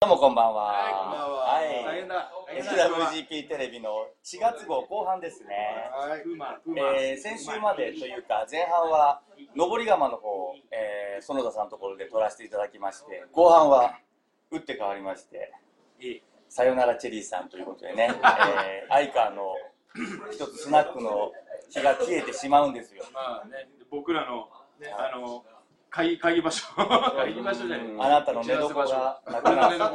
どうもこんばんは。はい、こんばんは。大はい変だ。大変だ。 SWGP テレビの4月号後半ですね。はい、うま、うま。えー先週までというか前半は上り釜の方を、えー園田さんのところで撮らせていただきまして後半は打って変わりましていいさよならチェリーさんということでね、えー、アイカーの一つスナックの火が消えてしまうんですよ。まあね、僕らの、ね、あの、会議、会議場所。会議場所じゃない。あなたの寝床がなくなっ寝た床が、相川の寝床がな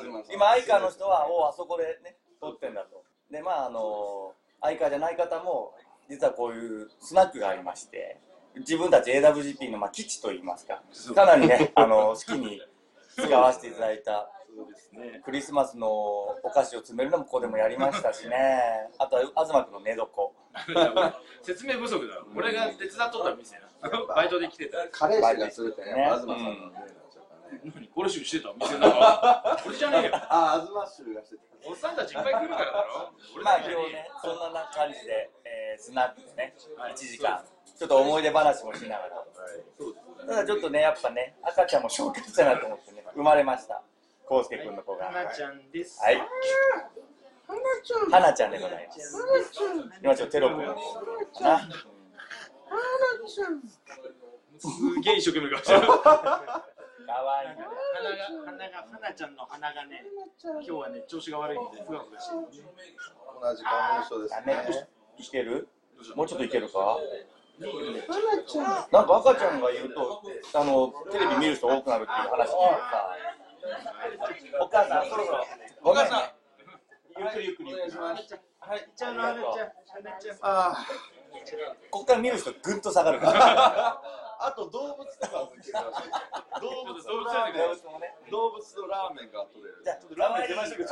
くなった。今アイカーの人はおうあそこでね撮ってんだとでまああのアイカーじゃない方も実はこういうスナックがありまして自分たち AWGP のまあ基地といいますかそうかなりねあの好きに使わせていただいたそうですね。クリスマスのお菓子を詰めるのもここでもやりましたしねあとは東君の寝床説明不足だろ。俺が手伝っとった店な。バイトで来てた。彼氏が釣れたね、ね東さんのねなんでしょうかね。何、ゴルシュしてた店の中。俺じゃねえよ。あ、東衆がしてた。おっさんたちいっぱい来るからだろ。俺まあだけ今日じゃねえねよ。そんな感じで、えースナックでねは1い時間ちょっと思い出話もしながら。そうでただちょっとね、やっぱね、赤ちゃんも紹介したなと思ってね、生まれました。こうすけくんの子が。す。はい。花ちゃんです。はなちゃんでございます。今ちょっとテロップが。な。すげえ一生懸命かもしれない。かわいい鼻が、鼻が、花ちゃんの鼻がね、今日はね、調子が悪いんで、ふわふわしてる。同じ花粉症ですな。ねね。、いけるどうしたもうちょっといけるかなんか赤ちゃんがいると、あの、テレビ見る人多くなるっていう話聞いてさ。お母さん、そろそろ。お母さん。ゆっくりゆっくりゆっくり。はい、ちゃんの花ちゃん、花ちゃん。あこっから見る人ぐんと下がるから。あ、あと動物とかもいけるらしい動物動の物だねラーメ ン、もね。動物のラーメンが取れる。じゃあ、ちょっとラーメン出ましたけど。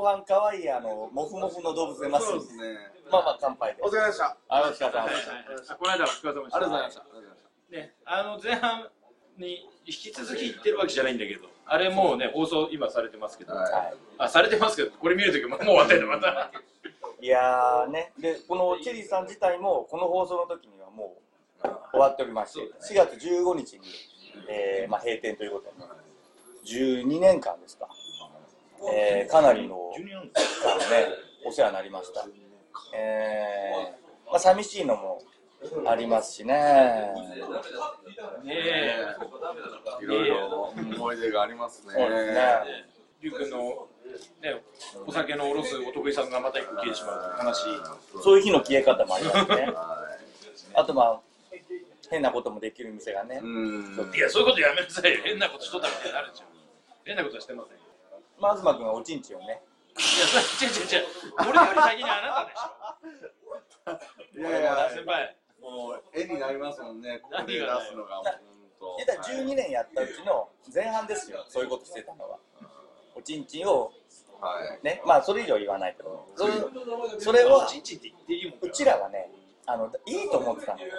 後半可愛いあのモフモフの動物出ますそんうでですね。まあまあ乾杯でお。疲れ様でした。ああお疲れ様はいではいしはいこの間はお疲れ様でした。りがとうございました。ありがとうございましたね、あの前半に引き続き言ってるわけじゃないんだけど、あれもうね、放送今されてますけど、た。はあ、されてますけど、これ見るときももう終わってんの、また。い。いやーね、でこのチェリーさん自体もこの放送の時にはもう終わっておりまして、4月15日に、えーまあ閉店ということで、12年間ですか。えー、かなりのジュニアなんだあのねお世話になりました。えー、まあ寂しいのもありますしね。ねえ、いろいろ思い出がありますね。そうですね。りゅうくんの、ね、お酒のおろすお得意さんがまた一個消えてしまう悲しい。そういう日の消え方もありますね。はあとまあ変なこともできる店がねい。う、ん。いや、そういうことやめなさいよ。変なことしとったみたいになるじゃん。変なことはしてません。まあ、東君がおちんちんをねいや、それ違う違う違う。俺より先にあなたでしょ。いやいや、先輩。もう絵になりますもんね。ここで出すのが。本実は12年やったうちの前半ですよそういうことしてたのはおちんちんを当はい。ねまあそれ以上言わないけどそれそれはちんちんって言っていいもんうちらはねあのいいと思ってたのよ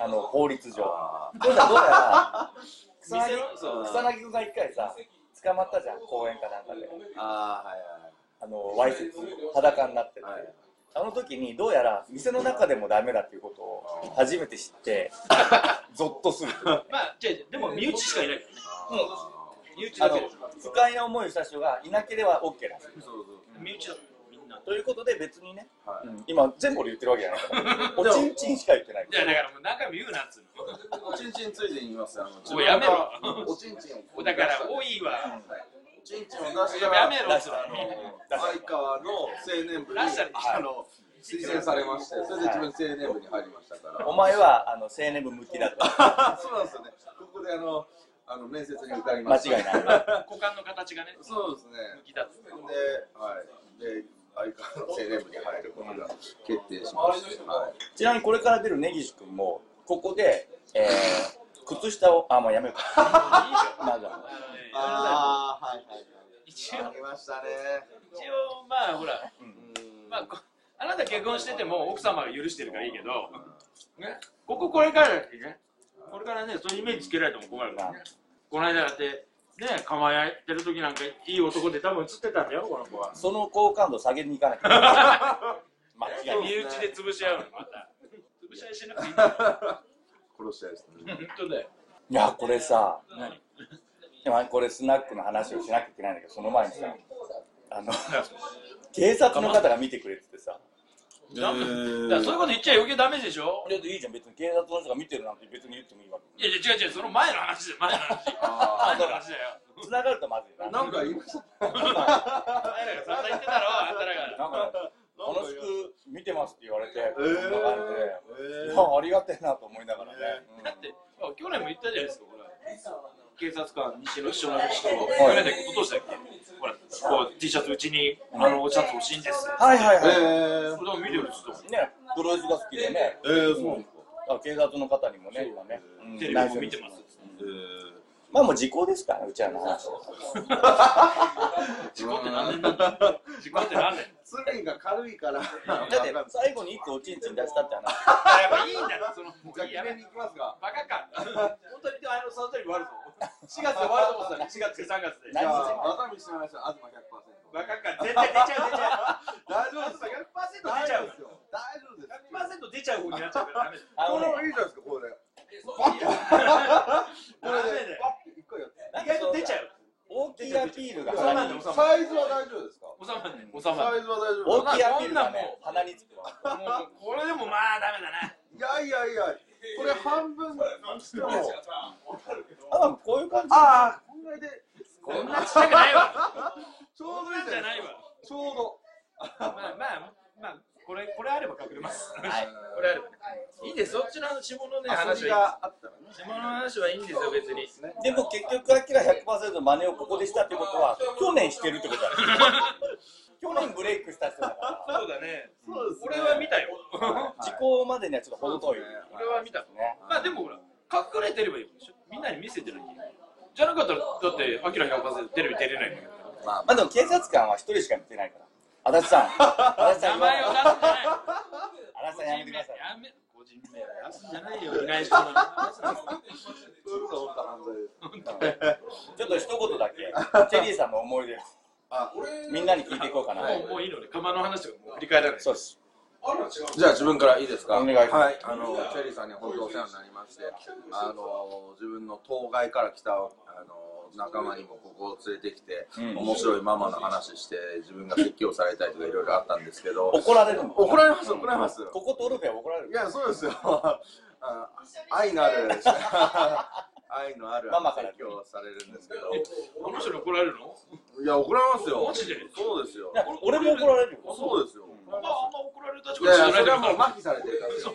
あの法律上あどうだどうやら草薙店の そう草薙君が一回さ捕まったじゃん公園かなんかでああのわいせつ裸になってて、ー、はいはい。はい。あの時にどうやら店の中でもダメだっていうことを初めて知 ってゾッとするまあ、じゃあでも身内しかいないからね。身内あだのけです。不快な思いをした人がいなければ OK だそうそう。身内だ。みんな。ということで別にね、はいうん今全部俺言ってるわけじゃないから おちんちんしか言ってないいや、だからもう中身言うなっつうの。おちんちんついでに言います。あのおいやめろ。おちんちんを こう出だかした。ら、多いわ。おちんちんを出したら。やめろっつうあのの。相川の青年部にラッシャーに来たあの推薦されまして、それで自分青年部に入りましたから。お前はあの青年部向きだと そうなんですよね。ここであのあの面接に受かり間ました。違いない股間の形がね、そうですね。向きだっつってで、はい。で、相川の青年部に入ることが決定しました。はい。ちなみにこれから出る根岸君もここで、えー靴下をあもうやめよう かまだあのねああ、はいはい。一応、りましたね。一応、まあ、ほら、まあ、こあなた結婚してても奥様が許してるからいいけど、ね、こここれからだってね、これからね、そういうイメージつけられても困るから、この間だって、ね、輝いてる時なんかいい男で多分映ってたんだよ、この子は。その好感度下げに行かなきゃ いけない間違いない身内で潰し合うの、また。潰し合いしなくていいんだよ。殺したいですね。本当だよ。いやこれさ何でもこれスナックの話をしなきゃいけないんだけどその前にさあの警察の方が見てくれててさダメだからそういうこと言っちゃ余計ダメでしょだっていいじゃん別に警察の人が見てるなんて別に言ってもいいわいやいや違う違う、その前の話だよ、前の話。あ前の話だよ。け繋がるとまずいなーなんか言いました。お前らが散々言ってたろ、あんたらが。なんか楽しく見てますって言われて、えこんな感じでえいやありがたいなと思いながらね、だって、あ去年も言ったじゃないですか、ほら。警察官、西の秘書の人、去い年だっけ、一昨年だっけ、ほら、こう T シャツ、うちに、あの、シャツ欲しいんです。はいはいえはーそれでも見てる人い、ねプロレスが好きでねえー、そうなんですか。あ警察の方にもね今ね、うんテレビも見てます。えーまあもう時効ですからねうちらの話事故って何年なんだよ事故って何年罪が軽いから。だだって最後に一個おちんちん出したって話あやっぱいいんだな、その、もうじゃあいいや決めに行きますか。バカか。本当に、あの、その時終わるぞ。4月で終わると思ってたね、4月で3月でじ。ゃ何あまた見してみましょう。東100%。バカか、絶対出ちゃう、出ちゃう。大大丈夫よ。 100%出ちゃう100%出ちゃう方にですよ。大丈夫です。なっちゃうからダメだよ。あこのねれいいじゃないですか。これで。ダメだよ。一回やって。意外と出ちゃう。大きいアピールがそう鼻なんにだよ収まんないサイズは大丈夫ですか。収まんない。収まんないサイズは大丈夫。大きいアピールがねこ鼻につくわもうこれでもまあダメだな。いやいやいや。これ半分にしても。あこういう感じああ、こんぐらいで。こんなちっちゃくないわ。ちょこうんどいないんじじゃゃなないいですわか。。ちょうど。まあまあまあこれこれあれば隠れます。はいこれあればね。いいんです。そっちの下のね遊話びはがあったらねいい。下の話はいいんですよ別に。でも結局アキラ100%の真似をここでしたってことは去年してるって ことだ去年ブレイクした人だからそうだね。そうですね俺は見たよ。時効までにはちょっと程遠い、俺は見た。ねまあでもほら隠れてればいいでしょ。みんなに見せてない。じゃなかったらだってアキラ100%テレビ出れないんだから。ままあでも警察官は一人しか見てないから足立さん足立さ名ん言わ前ないを出すんじ足立さんゃない。やめてくださいやめ個人名は出すんじゃないよ。いない人なの。ちょっと一言だけチェリーさんの思い出をあみんなに聞いていこうかな、もうもういいのね。釜の話とかもう振り返らない。そうですじゃあ自分からいいですかお願いしますはい、あのチェリーさんには本当お世話になりましてあの自分の当該から来たあの仲間にもここを連れてきて、うん面白いママの話して自分が説教されたりとかいろいろあったんですけど怒られるの怒られます怒られますこことオルフェは怒られいるやそうで すよあ愛のある愛のあるママから説教をされるんですけこの人に怒られるの？どいや怒られますよマジでそうですよいや俺も怒られるよそうですよまああんま怒られる立い場じやいゃなやいんそれだはから。もう麻痺されてるからですよ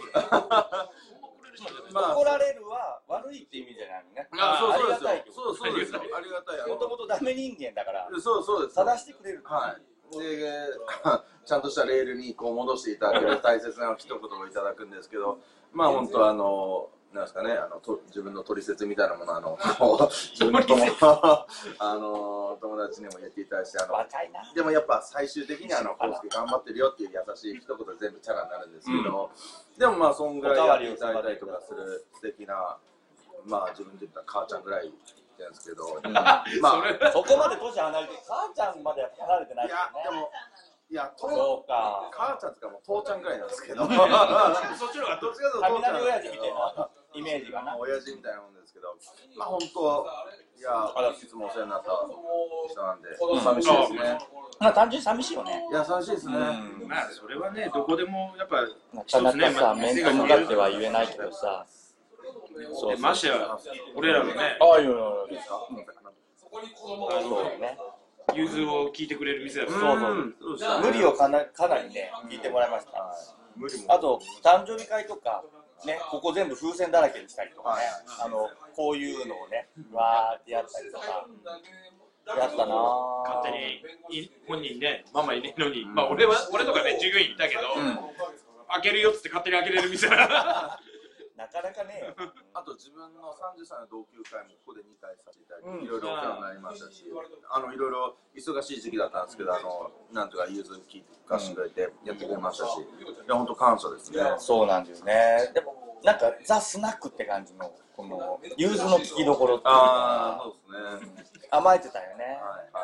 まあ怒られるは悪いって意味じゃないのねあそうそあうりがたいですよ。そうそうですよ。ありがたい。あもとのもとダメ人間だからそうそうですよ。正してくれるはい。で、ちゃんとしたレールにこう戻していただける大切な一言をいただくんですけど、まあ本当あの。なんですかね、あのと自分の取説みたいなものあのこう 自分の友 あの友達にも言っていただいてあの若いなでもやっぱ最終的にあのコウスケ頑張ってるよっていう優しい一言で全部チャラになるんですけど、でもまあそんぐらいやっていただいたりとかする素敵なまあ自分で言ったら母ちゃんぐらいなんですけど、 まそあれそこまで年離れて母ちゃんまで離れてないいけやでどねもいやとそうか母ちゃんとかもう父ちゃんぐらいなんですけどどっちかそっちの方がどっといち。うと父ちゃん雷親父みたいなイメージがな親父みたいなもんですけどまあ本当いやいつもお世話になった人なんで寂しいですねまあ単純に寂しいよねいや寂しいですね、うんまあそれはねどこでもやっぱなかなかさ面と向かっては言えないけどさそうでましてや俺らのねああいやいやいやそうあねの融通を聞いてくれる店だから。そうそうそうです無ね理をかなかなりね聞いてもらいましたはい無理もあと誕生日会とかねここ全部風船だらけにしたりとかねあのこういうのをねわーってやったりとかやったなー勝手にい本人ねママいねえのに、まあ俺は俺とかね従業員いたけど、うん開けるよっつって勝手に開けれる店 だ。なかなかねあと自分の30歳の同級会もここで2回させていただうんいて、いろいろお世話になりましたし、あのいろいろ忙しい時期だったんですけど、あのなんとか融通聞かせてくれてやってくれましたし、 いや本当感謝ですね。そうなんですねでもなんかザ・スナックって感じのこの融通の聞きどころっていうかああ、そうですね。甘えてたよね。はい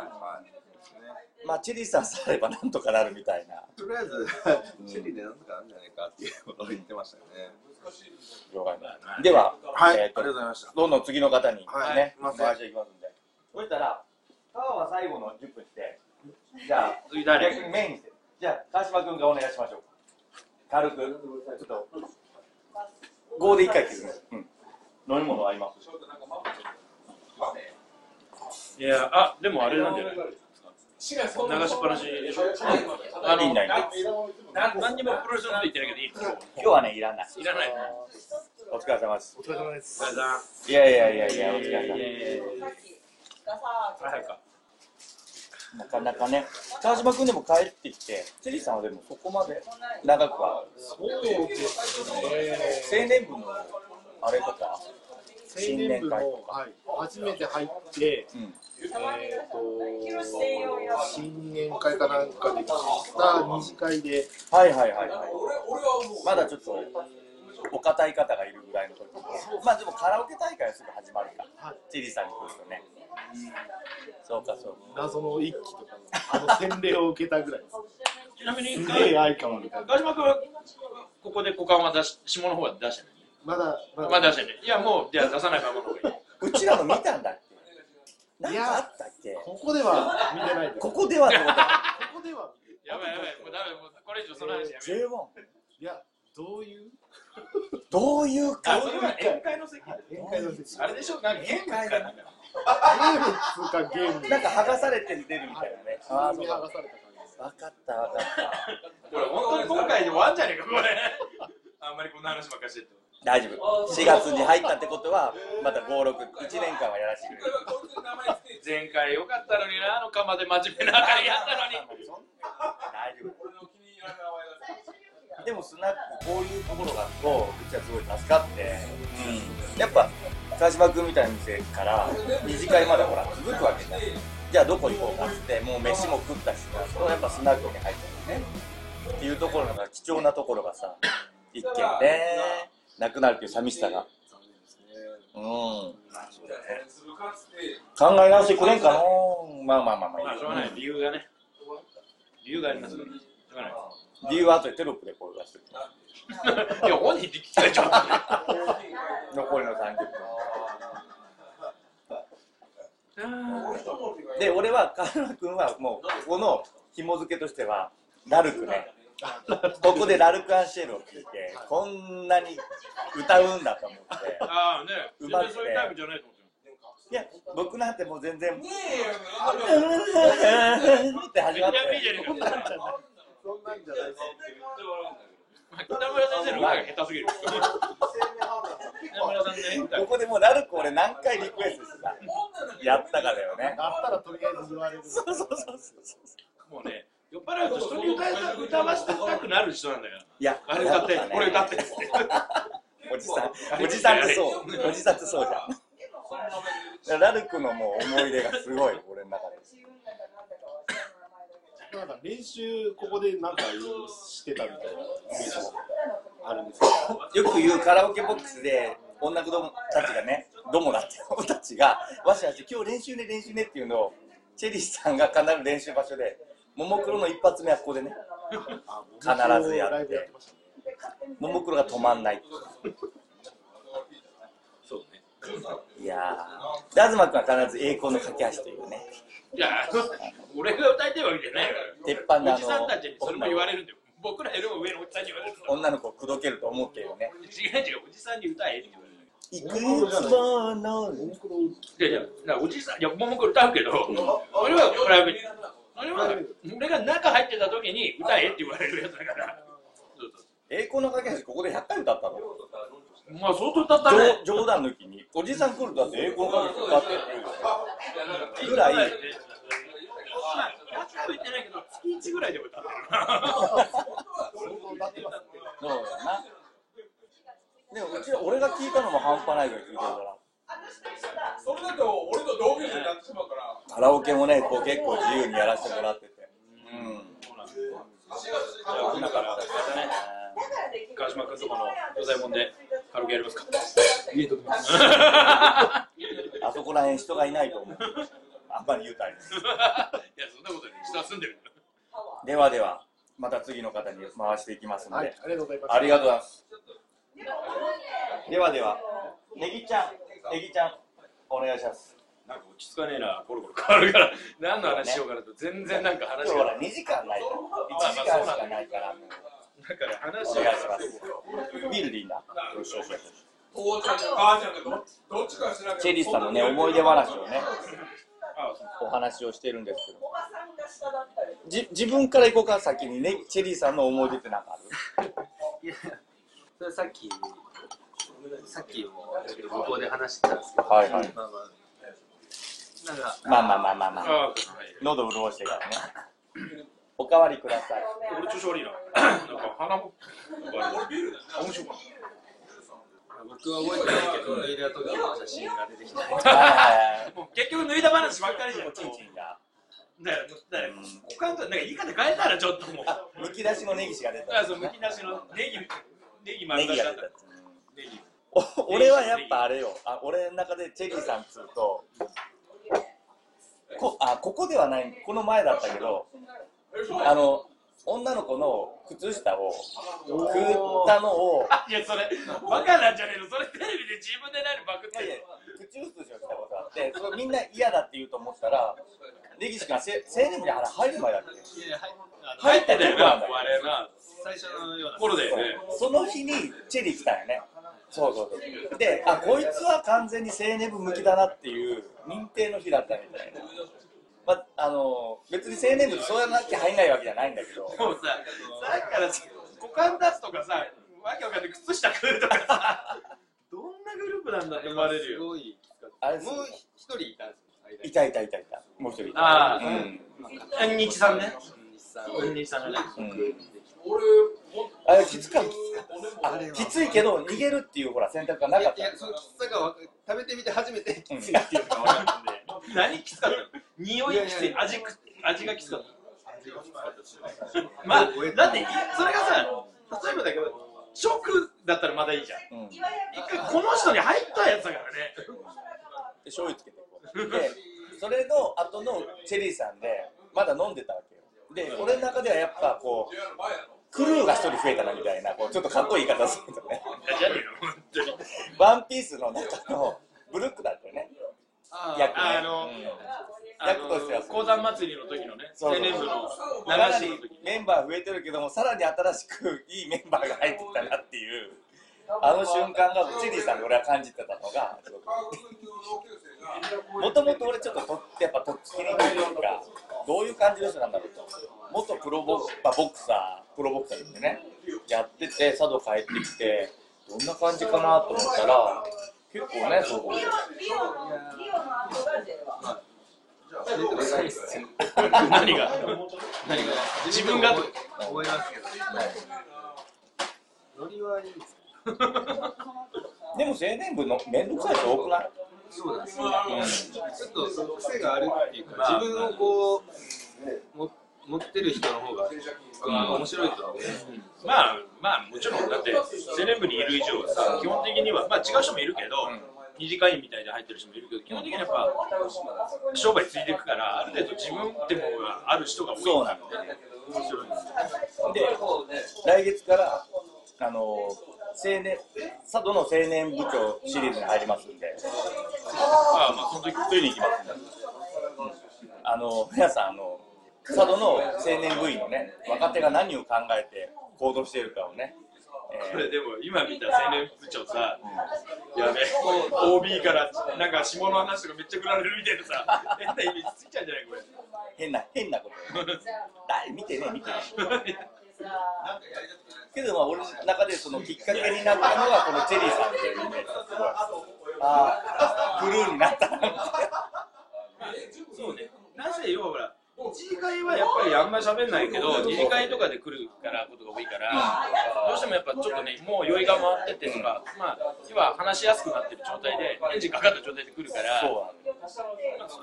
はいまあ、チェリーさんさえあればなんとかなるみたいな。とりあえず、チェリーでなんとかなんじゃないかっていうことを言ってましたよね。では、はい、あえーりがととうございました。どんどん次の方にね、はい回してすいませんいきますんで。そしたら、川は最後の10分して、じゃあ、次逆にメインにして。じゃあ、川島君がお願いしましょうか。軽く、ちょっと、5で1回切るね。うん。飲み物あります。いや、あ、でもあれなんじゃない流しっ流しっぱなしでしょあいいんだいいんだな何にもプロレスのこと言ってないけどいいの今日はね、いらない。いらない。お疲れ様です。お疲れ様です。いやいやいやいや、お疲れ様いやいやいやさっきがさこれ早くか。なかなかね、川島君でも帰ってきて、チェリーさんはでもそこまでこんな長くは、そうですね。青年部のあれとか、青年部も、はい、初めて入って、うんえー広瀬専用やと新年会かなんかで来た二次会で、はいはいはいはい。まだちょっとお堅い方がいるぐらいの時まあでもカラオケ大会はすぐ始まるから、チェリーさんに来るとね。そうかそうか。謎の一期とかのあの洗礼を受けたぐら いです。ちなみに、すかげえ相変わらず。川島君はここで股間は出し下の方は出してない。まだままあだ出してない。いや、もう、じゃあ出さないままの方がいい。うちらの見たんだっけなんいやかあったっけここでは見てないです。ここではってこここではやばいやばい、もうダメ、もうこれ以上その話やとめよう。 J1 いやどういうどういうかあ、それは宴会の席宴会の説あれでしょなんかゲームかなんか。ゲームっつうかゲームなんか剥がされて出るみたいなね。ああ、急そうにだ剥。がされた感じです。分かった分かった。これ本当に今回で終わんじゃねえか、これ。 あんまりこんな話ばっかりしてて。大丈夫。4月に入ったってことは、また5、6、1年間はやらせてくれる。前回良かったのにな、あの釜で真面目な明かりやったのに。そんな 大丈夫でもスナックこういうところがあるとうちはすごい助かって、やっぱ川島君みたいな店から二次会までほら続くわけじゃんじゃあどこ行こうかっつってもう飯も食ったしそうやっぱスナックに入ったよねっていうところが貴重なところがさ一軒ねなくなるっていう寂しさがうん考え直してくれんかなまあまあまあまあまあ、しょうがない。理由がね。理由がありますから。しょうがない。理由は後でテロップでこれ出してくれいや、本人で聞きたいじゃん。あ残りの30ー分で俺はカルマ君はもうここの紐付けとしてはラルクねここでラルク・アンシェルを聴いてこんなに歌うんだと思ってあー、ね。う全まくて然そういうタイプじゃないと思っていや僕なんてもう全然「っねてたよ。め始っまっちゃいいじゃてねえか。そんなんじゃないです。北村先生の声が下手すぎる。北村さんね。ここでもうラルク俺何回リクエストしてさやったかだよねだったらとりあえず言われる。そうそうそうもうね、酔っ払うと人に歌いたく歌わせたくなる人なんだから。いやあれ歌って、これ歌って。おじさんおじさんってそうおじさんってそうじゃんだからラルクのもう思い出がすごい俺の中で自分だかなんだか忘れた名前だけどなんか練習ここでなんかいろいろしてたみたいなイメージがあるんですよく言うカラオケボックスで女子供たちがね、どもだって子たちがわしわし今日練習ね練習ねっていうのをチェリーさんが必ず練習場所でももクロの一発目はここでねけど必ずやってライブやってましたねももクロが止まんないそうね。いやーで東君は必ず栄光の架け橋というねいや、俺が歌いたいわけじゃないか鉄板のら。おあじさんのたちにそれも言われるんだよ。僕らよりも上のおじさんに言われるんだよ。女の子を口説けると思うけどね違う違う、おじさんに歌えって言われる。いくつものモンクロいやいや、だからおじいさん、いや、ももこ歌うけど、俺はプライベート。俺は、俺が中入ってた時に歌えって言われるやつだから。そうそ栄光の架け橋ここで100回歌ったのうまあ、相当歌ったね。冗冗談抜きにおじさん来るとだって栄光の架け橋歌ってって言うからぐらいまあ、100言ってないけど、月1ぐらいで歌ってる。そうだな。でもうち俺が聞いたのも半端ないぐらい聞いてるかそれだと俺と同級生になってしまうから。ら。カラオケもね、こう結構自由にやらせてもらってて。だから、だからできる川島君とこのお左衛門でカラオケやりますか入れときます。うん。あそこら辺人がいないと思う。ぱり言うたりですいや、そんなことより下住んでる。パワーではではまた次の方に回していきますので、はい、ありがとうございます。ありがとうございますでも思うねではではネギちゃんネギちゃんお願いしますなんか落ち着かねえな、コロコロ変わるから、何の話しようかなと、全然なんか今話日がほ。ら2時間ないから1時間しかないからだから話おが願いしますビールでいいんだ父ちゃんと母ちゃんがどどっちかしなチェきゃリスさんのね思い出話をねあお話をしてるんですけどおばさんが下だったりじ自分から行こうか先にねチェリーさんの思い出ってなんかあるいや、それさっき、さっきも向こうで話してたんですけど、はいはいまあまあ、なんか、まあまあまあまあまああ、はい。喉潤してからねおかわりください俺調子悪いな。なんか鼻も。俺ビールだな面白かっ僕は覚えてないけど、メールやとかの写真が出てきたりはいはいはいた。もう結局脱いだ話ばっかりじゃん。おちんちんがだから、だから、股間と、なんか言い方変えたら、ちょっともう。あむき出しのネギしが出たあ、そう、むき出しのネギ。ネギ丸ネ出ギしがだ出ったた。ネギ。お俺はやっぱあれよあ俺の中でチェリーさんっつうとこあここではないこの前だったけどあの女の子の靴下を食ったのをあ、いや、それ、バカなんじゃねえの、それテレビで自分で何バクっいやいやて。口移しをしたことあってそれみんな嫌だって言うと思ったら根岸君はせ青年部にあれ入る前だっけいやはいあの入ってたよな、もうあれな。最初のような。頃だよね。その日にチェリー来たんよねそうそうそうであこいつは完全に青年部向きだなっていう認定の日だったみたいな、まあ、あの別に青年部ってそうやらなきゃ入んないわけじゃないんだけどでもさ、さっきからさ股間出すとかさ、わけわかんない靴下くるとかさ、どんなグループなんだって思われるすよ。ごいきつかっあれた。もいう一人いたんですよ、間にたいたいたいたもう一人いたあうあん、うんにちさんね。うん日産うんにちさんね。うん、俺もっあれきつかったきつかっとたあれはきついけど逃げるっていうほら選択がないかやっいたや、そのきつさがわか食べてみて初めてきうんついっていうのが分かったんで、何きつかったの匂いきついやいい、や味く味がきつかった。味がきつかったしまあ、だって、それがさ、例えばだけど、ショックだったらまだいいじゃん。うんいわゆ一る回この人に入ったやつだからね。で醤油つけてこうでそれの後のチェリーさんでまだ飲んでたわけよで俺の中ではやっぱこうクルーが一人増えたなみたいなこうちょっとかっこいい言い方するとねいやじゃねえの、本当に。ワンピースの中のブルックだったよねあー役ねあのうんあ役としてはの、そう鉱山祭りの時のね、そうそう青年部のかな流しりの 時に。メンバー増えてるけどもさらに新しくいいメンバーが入ってきたなっていうあの瞬間がチェリーさんで俺は感じてたのがもともと俺ちょっととやっぱとっつきにくいというかどういう感じの人なんだろうと元プロボク,、まあ、ボクサープロボクサーですねやってて佐渡帰ってきてどんな感じかなと思ったら結構ねそうこリオリオのリオの後が J は出てこないっすね何が何が自分が思い思いますけど、ノリはいいですでも青年部の面倒くさい人多くないそうなんですようちょっとその癖があるっていうか、まあ自分をこうも持ってる人の方が僕は面白いとは思う。まあまあもちろんだって青年部にいる以上はさ基本的にはまあ違う人もいるけど、二次会員みたいで入ってる人もいるけど基本的にやっぱ商売ついていくからある程度自分ってものがある人が多いそうなので来月からあの青年佐渡の青年部長シリーズに入りますんでああまあその時ついに行きますんであの皆さんあの佐渡の青年部員のね若手が何を考えて行動しているかをね、えこーれでも今見た青年部長さやべ OB からなんか下の話とかめっちゃ振られるみたいなさ変なイメージついちゃうんじゃないこれ変な変なこと誰見てね見てねけどまあ俺の中でそのきっかけになったのがこのチェリーさんっていうイメージがすごいああブルーになったなみたいなそうねなぜ要はほら一次会はやっぱりあんまり喋んないけど二次会とかで来るからことが多いからどうしてもやっぱちょっとねもう酔いが回っててとか、まあ今話しやすくなってる状態でエンジンかかった状態で来るからそうなんまあそ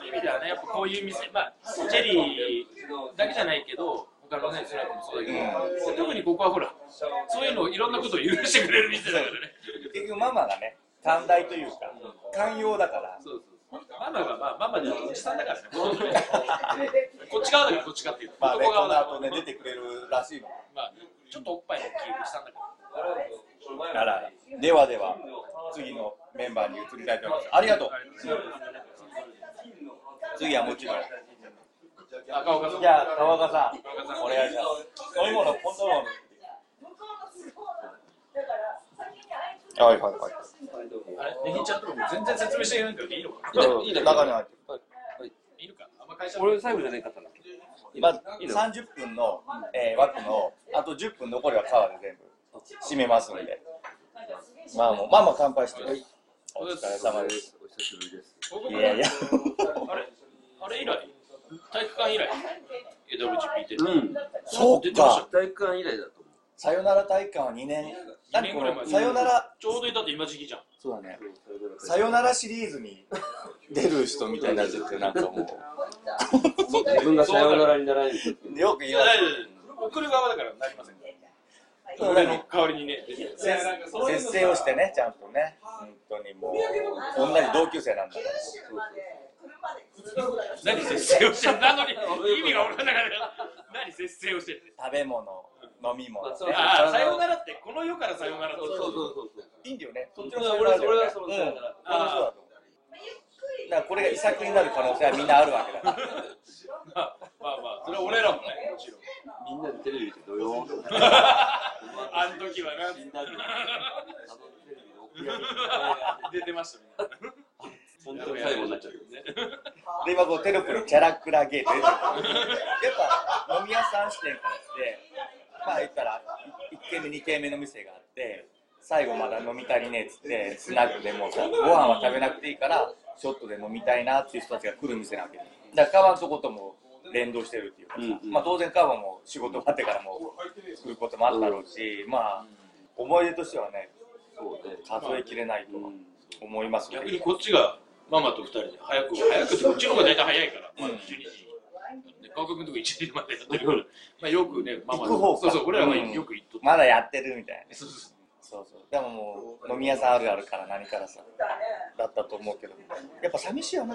ういう意味ではねやっぱこういう店まあチェリーだけじゃないけど他のねスラックもそうだけど、特にここはほらそういうのをいろんなことを許してくれる店だからね結局ママがね寛大というか寛容だからそうそうそうママがまあママでおじさんだからねそうそうこっち側だからこっち側っていうまあね、男こ側だのから後ね、出てくれるらしいの。まあ、ちょっとおっぱい大きいしたんだけどあら、ではでは、次のメンバーに移りたいと思います。ありがとう。次はもちろん。赤岡さんじゃあ、川岡さん、赤岡さんお願いします。飲み物、コントロール。向こうの都合なのだから先にあいつがはいはいはい話をしてんだよあれねぎちゃんとかも全然説明してないんだけどいいのかいいね、中に入ってる。いるかあんま会社俺最後じゃないかったな。まあ、30分の、えー、枠の、あと10分残りは川で全部締めますので。まあもう、まあまあ乾杯して。お疲れ様です。お久しぶりです。いやいや、あれあれ以来体育館以来江戸口ピーテルうん。 そうか。体育館以来だと思う。さよなら体育館は2年。 2年何ぐこらい前の、さよなら、ちょうどいたって今時期じゃんそうだね。さよならシリーズに出る人 みたいになっちゃって、なんかも自分がさよならにならないと。う。よくい言やわ大れ丈る。夫送る側だからなりませんそう俺の代わりにねせ節制をしてね、ちゃんとね。本当にもう、同じ同級生なんだ九から。州まで車でずっとだから何節制をしてるなのに意味が俺の中で何節制をしてる食べ物、飲み物。あそうああさようならってこの世からさようならってそうそうそうそう。いいんだよね。そっちのさよなら俺はだよね俺はそのさよなら。うん俺もそうだと思うゆっくりだからこれが遺作になる可能性はみんなあるわけだ から。まあまあまあそれは俺らもねもちろんみんなでテレビで土曜。あの時はなみんなで。出てましたね本当に最後になっちゃう。で、今こうテロップにキャラクラゲーって出てる。やっぱ飲み屋さん視点からして、まあ言ったら1軒目2軒目の店があって、最後まだ飲み足りねえっつって、スナックでもさ、ご飯は食べなくていいから、ショットで飲みたいなっていう人たちが来る店なわけで。だから川のとことも連動してるっていうかさ、うんうんまあ当然川も仕事終わってからも来ることもあったろうし、まあ思い出としてはね、そうね。数えきれないと思いますけど逆にこっちがママと二人で早く早くってこっちの方が大体早いから、まあ、12時で川上君とか1時までやってるから、まあ、よくねママと行く方かそうそう俺らはうんよく行っとった、まだやってるみたいな。そうそうそうそうでももう飲み屋さんあるあるから何からさだねだったと思うけどやっぱ寂しいよな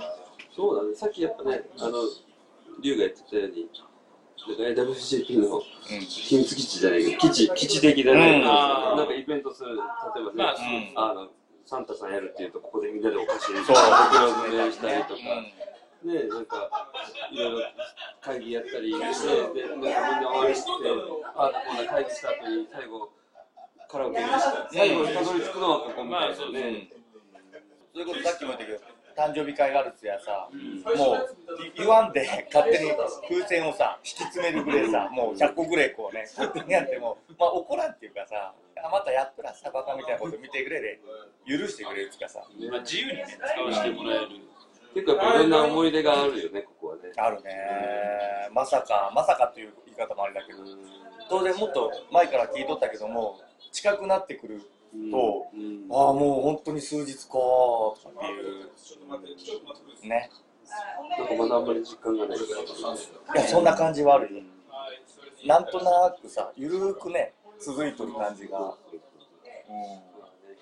そうだね。さっきやっぱね、あの、龍が言ってたように、なんか NWCP の秘密基地じゃないけど、基地、基地的だね。うんあーなんかイベントする、例えばね、まあそううんあの、サンタさんやるっていうと、ここでみんなでお菓子、そう袋詰めしたりとか、うね、なんか、いろいろ会議やったりして、で、なんかみんな応援して、ああ、こんな会議した後に、最後、カラオケでした。最後にたどり着くのはここみたいまあそうなでん、うすねん。、それこそさっきも言ったけど誕生日会があるっつやさもう言わんで勝手に風船をさ引き詰めるぐらいさもう100個ぐらいこうね勝手にやってもまあ怒らんっていうかさあまたやったらさバカみたいなこと見てくれで許してくれるっつうかさまあ、自由にね使わせてもらえる結構やっぱいろんな思い出があるよね、ここはね。あるねまさかまさかという言い方もあれだけど当然もっと前から聞いとったけども近くなってくると、うんああもう本当に数日かとかっていちょっと待って、ちょっと待ってくださうねなんかまだあんまり実感がない。いやそんな感じはあるよい。それでなんとなくさゆるーくね続いとる感じが、まあね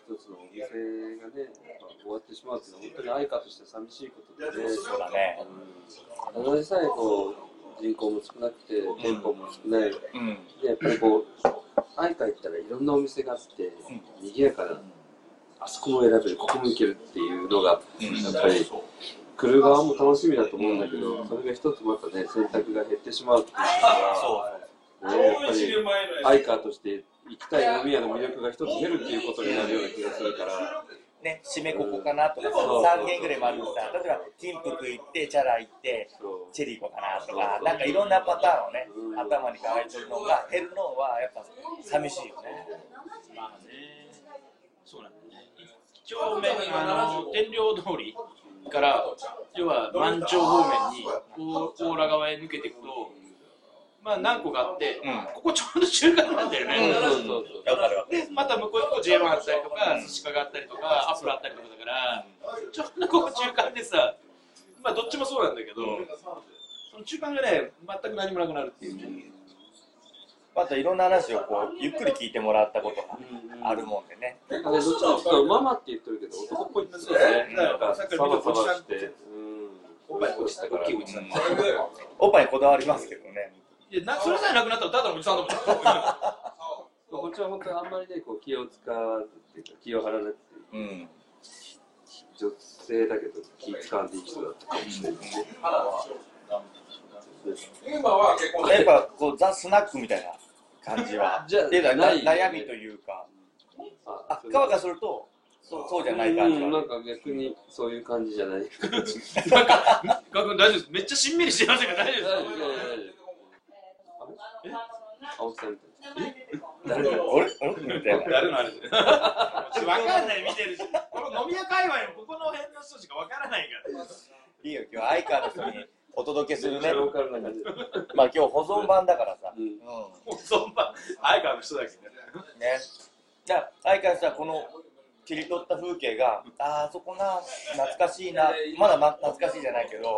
一つのお店がね、やっぱ終わってしまうっていうのは本当に愛花として寂しいことでね、そうだねただでさえこう人口も少なくて、店舗も少ない、うんでやっぱりこう、愛花行ったらいろんなお店があって、賑やかな、あそこも選べる、ここも行けるっていうのが、やっぱり来る側も楽しみだと思うんだけど、それが一つまたね、選択が減ってしまうっていうのが、ね、やっぱり。アイカーとして行きたい飲み屋の魅力が一つ減るっていうことになるような気がするから、ね締めここかなとかさそう3軒ぐらいもあるしさ例えば金福行ってチャラ行ってそうチェリー行こうかなとかなんかいろんなパターンをねうん頭に抱えてるのが減るのはやっぱ寂しいよねまあねそうなんだね一丁目あの天領通りから要は満潮方面に大大浦側へ抜けていくとまあ何個かあって、うんここちょうど中間なんだよね、そうそうそうわかるわかるで、また向こう行くと J1 あったりとか、寿司かがあったりとか、アップルあったりとかだから、ちょうどここ中間でさ、まあどっちもそうなんだけど、その中間がね、全く何もなくなるっていうね。またいろんな話をこうゆっくり聞いてもらったことがあるもんでねなんかね、どっちかというとママって言ってるけど、男っぽいって言ってたよね。なんか、サバサバして。うんおっぱい落ちたから。いおっぱいこだわりますけどね。やなそれさえなくなったらただのおじさんだもん。こっちは本当にあんまりね、こう気を使わずっていうか、気を張らなくて、うん。女性だけど気使わずいい人だったかもしれないですね。今は結婚やっぱこうザ・スナックみたいな感じは。じゃあっていうか ないな悩みというか、ああ、川がするとそうそうじゃない感じうん、なはん。か逆にそういう感じじゃない。ガクン大丈夫です。めっちゃしんみりしてましたけど大丈夫ですか。青木さんみたい誰だ俺俺みたいな。誰のあれで。わかんない見てるし。この飲み屋界隈のここの辺の人しかわからないから。いいよ、今日相川の人にお届けするねな。。ローカルな感じ。まあ今日保存版だからさ。ううんん。もうそんな相川の人だけどね。ね。じゃあ相川さんこの切り取った風景が、あーあそこな懐かしいな、まだま懐かしいじゃないけど、行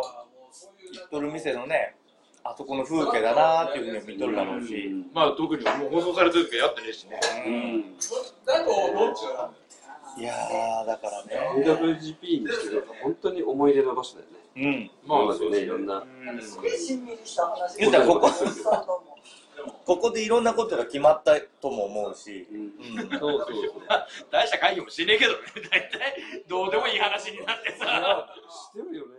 っとる店のね、あそこの風景だなーっていうふうに見とるだろうし。まあ特にもう放送されてるけどやってねえしね。うん。だとどっちだいやーだからね。 WGP にして本当に思い出の場所だよね。うん。まあそうね、いろんな。うんすごいしんみりした話言うたらここおじさんだもんここでいろんなことが決まったとも思うし。うん。うん。そうそうそう。大した会議もしねえけどね。大体どうでもいい話になってさ。知ってるよね。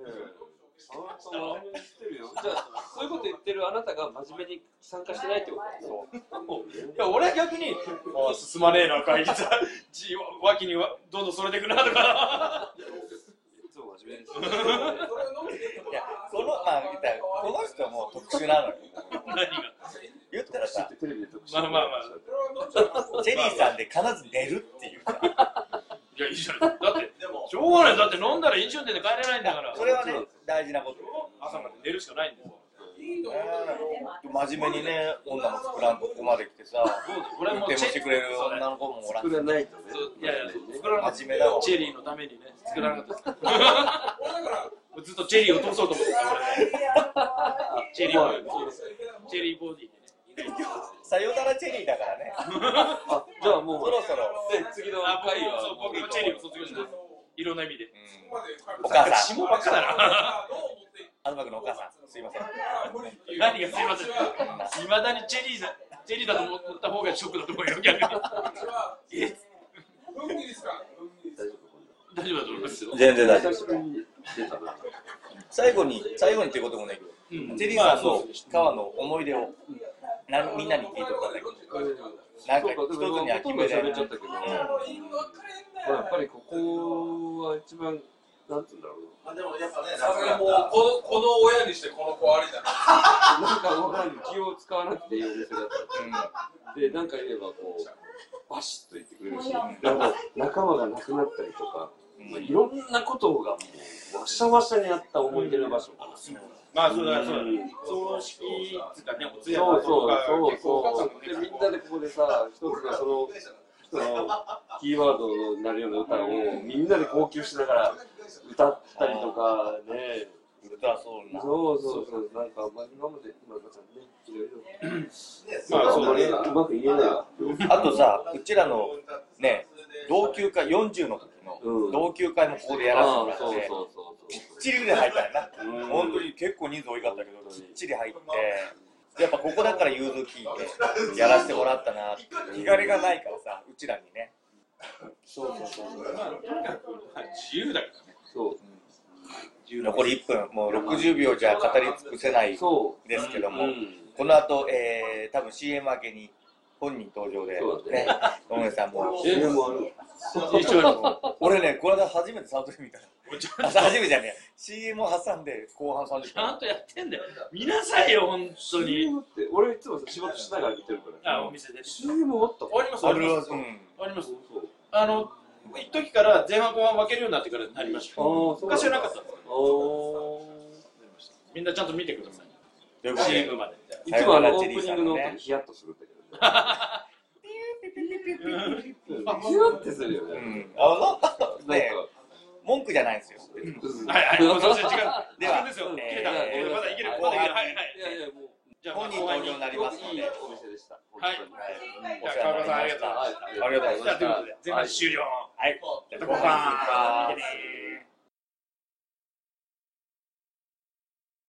あなたは真面目に知ってるよ。じゃあ、そういうこと言ってるあなたが真面目に参加してないってこといや俺は逆にあ進まねえな会議さ。 じ脇にわどんどんそれてくなとか。いつも真面目です。いや、この、まあ、言ったらこの人も特殊なのよ。 何が。言ったらさ、テレビで特集。まあまあまあ。ジェリーさんで必ず寝るっていうさ。いやいいじゃん。だって しょうがないだって飲んだら飲酒運転で帰れないんだから。それはね、大事なこと。朝まで寝るしかないんですよ。真面目にね、女の子らんとここまで来てさ、俺運も転もチェしてくれる女の子もおらん作らないとね。いやいや、作らなかった。真面目だわチェリーのためにね、作らなかった。 ずっとチェリーを通そうと思ってた、俺。チェリーボディ。チェリーボディでね。さよならチェリーだからね。あ、じゃあもうそ、ろそろ、で、次のあ、回は。僕も、僕もチェリーを卒業したんです。いろんな意味で。お母さん、下ばっかだな。東君のお母さん、すいません。何がすいません。いまだにチェリーだ、チェリーだと思った方がショックだと思うよ、逆に。え大丈夫こんな大丈夫だと思いますよ。全然大丈久夫。しぶりに出たな。最後に、最後にっていうこともないけど、チェチェリーさんの川の思い出を、なみんなに聞いてもらったけど、なんかそう一か、つでも、にはほ決とんどめれな喋いっちゃったけど、まあ、やっぱりここは一番、なんて言うんだろうもうこのこの親にしてこの子ありだな。な。なんか、わかんない気を使わなくていいお店だうっんた。で、なんか言えば、こう、バシッと言ってくれるし、なんか、仲間がなくなったりとか、まあいろんなことが、もう、わしゃわしゃにあった思い出の場所かな。まあ、そうだ、そうだ。葬式っていうかね、お通夜そうとそうか、そう結構お母さんもそう。ねで、みんなでここでさ、一つのその人のキーワードになるような歌をみんなで号泣しながら歌ったりとかね。歌そうな。そうそうそう。なんか、まあ、今まで、今までね、いろいろ。まあ、そうだね。うまく言えないわ。あとさ、うちらのね、同級会、40の時うのん同級会もここでやらせてもあらあ、っそうそうて、そうきっちりぐらい入ったよな。そう。うん本当。に結構人数多かったけど、きっちり入って、やっぱここだから融通聞いて、やらせてもらったなって、気兼ねがないからさ、うちらにね。そうそうそう。まあとにかくまあ自由だからね。そ自由だか残らり1分、もう60秒じゃ語り尽くせなう。いそですけどう。も、ん。この後、えー、多分 CM 明けに本人登場でそう、だねね、野村さんも、え、でもある。一緒よ。俺ね、この間初めてサントリー見た。もうちゃんあと初めてじゃねえ CM を挟んで後半30ちゃん分とやってんだよ。見なさいよ、本当に。 CM って、俺いつもさ仕事しながら見てるから。あ、お店で。終 CM あったわります、終あわりれはますう。ん終わりますそう。そう。あの、一時から前半後半分けるようになってからなりました。ああ、そう昔はななんかだったんですよおみんなちゃんと見てください。ということで CM まで。いつもあのオープニングの音にヒヤッとするんだけどね。ヒヤッてするようね。んあのなんねか、文句じゃないんですようんはいはい、もうそうです違う。でではは、ですよ。えー切れた。まだいける。まだいける。はいはい。いやいや、もう、じゃあ、本人後半登に場になりますのでお店でした。はいお世話になりましたはいありがとうございまじゃあ、しとたいうことはいで、前半終了。じゃあ、後半。見てね